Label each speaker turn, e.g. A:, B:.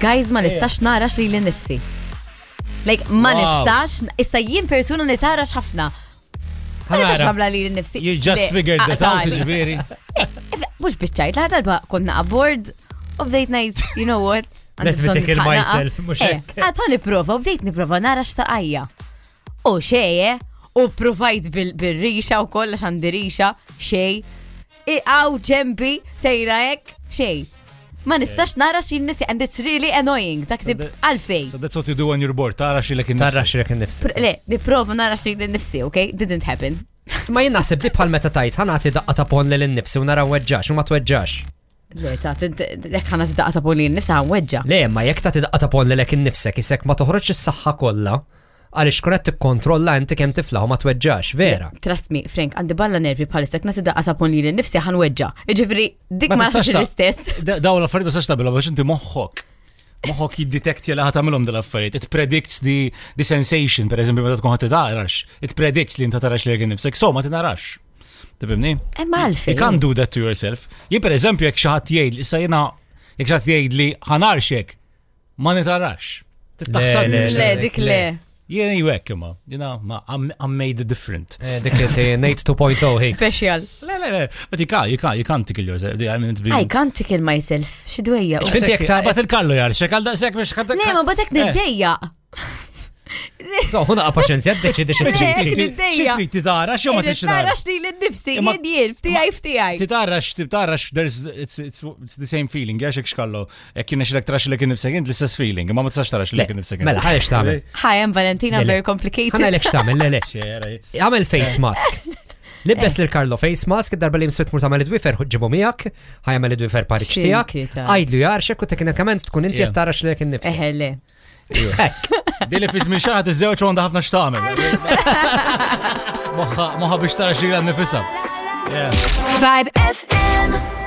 A: guys
B: إيه.
A: ma nistax narax li l-nifsi. Like, ma
B: Wow.
A: nistax, issa jien persuna li tarax ħafna. Ma nistax
B: Ħamara.
A: nabla li l-nifsi.
B: You just figured that out, ġviri.
A: Mux bitċajt, laħat darba konna aboard of date night, you know what?
C: Let me take care myself,
A: ah.
C: mhux
A: Eh,
C: hekk.
A: Għatħa niprofa, u bdejt niprofa nara xtaqajja. U xeje, u provajt bil- bil-rixa u koll għax għandi rixa, xej. Iqaw ġembi, sejra ek, xej. Ma nistax nara xin nifsi, and it's really annoying, ta' ktib għalfej.
B: So that's what you do on your board. Tara xilek in
C: Tarra xrek nifsi.
A: Pr- Le, niprofa nara xin nifsi, okay? Didn't happen.
C: Ma jien naħseb li bħal meta tajt ħanati daqqa ta' pon lil nifsi u nara weġġax u ma tweġġax.
A: Le, ta' lekk ħana t-daqqa ta' polin, nifsa għan weġġa.
C: Le, ma jekk ta' tidaqqa ta' pon lilek innifsek isek ma toħroġ is-saħħa kollha għaliex kunet tikkontrolla inti kemm tifla u ma tweġġax, vera.
A: Trust me, Frank, għandi balla nervi bħalistek, nati daqqa sapun li l-nifsi ħan weġġa. Iġifri, dik ma
B: tistax
A: nasibx
B: ta-
A: l-istess.
B: Da- Daw l-affarijiet ma tistax tabela biex inti moħħok. Moħħok jiddetektja li ħatamilhom dal-affarijiet. It predicts the, the sensation, per eżempju, meta tkun ħadd tarax. It predicts li inti tarax li għin nifsek. So ma tinarax. Tifhimni?
A: Imma
B: You
A: għalfej.
B: can't do that to yourself. Jien per eżempju jekk xi ħadd jgħid issa jiena jekk xi ħadd jgħid li ħanarx hekk ma nitarax.
C: Le,
B: Titaħsad
A: Le, dik le.
B: jien jwek imma. Jiena ma I'm, I'm made different.
C: Eh, Dik li Nate 2.0 hik.
A: Special.
B: Le, le, le. But you can't, you can't, you can't tickle yourself. I mean, it's
A: I
B: really...
A: can't tickle myself. Xidweja.
C: Xfin- Inti jekk ta-
B: Bat il-kallu jar, xekal da sekk biex ħadda.
A: Le, ma
B: Eh,
A: batek niddeja.
C: So, huna paċenzja, deċidi xi
A: Le,
C: tiġi.
A: jekk niddejja.
B: Xitri titara, xo ma tiċ titara.
A: Eh, Narax li l-nifsi,
B: Imma-
A: jien jien, ftijaj, ftijaj.
B: Titara, titara, there's, it's, it's, it's the same feeling, jaxek xkallu. Jek jina xilek tarax xilek nifsegin, l-istess feeling, ma ma tistax tarax xilek nifsegin.
C: Mela, għaliex tagħmel.
A: Hi, I'm Valentina,
C: Le, le.
A: very complicated.
C: Ħana lek x'tagħmel, le le.
B: Xera,
C: Għamel face mask. Libbes lil Karlo face mask, darba li msut mur tagħmel id-wifer ġibu miegħek, ħajamel id-wifer pariċ
A: Xinti
C: tiegħek,
A: ta'. Eh.
C: għajdlu jarxek u teknikament tkun inti
B: Yeah.
C: qed tara x'lek innifsek.
A: Eħe, le.
B: Dili fiz minn xaħat iż-żewġ għanda ħafna xtamel. Moħħa biex tara xilek nifisa.
D: Vibe FM.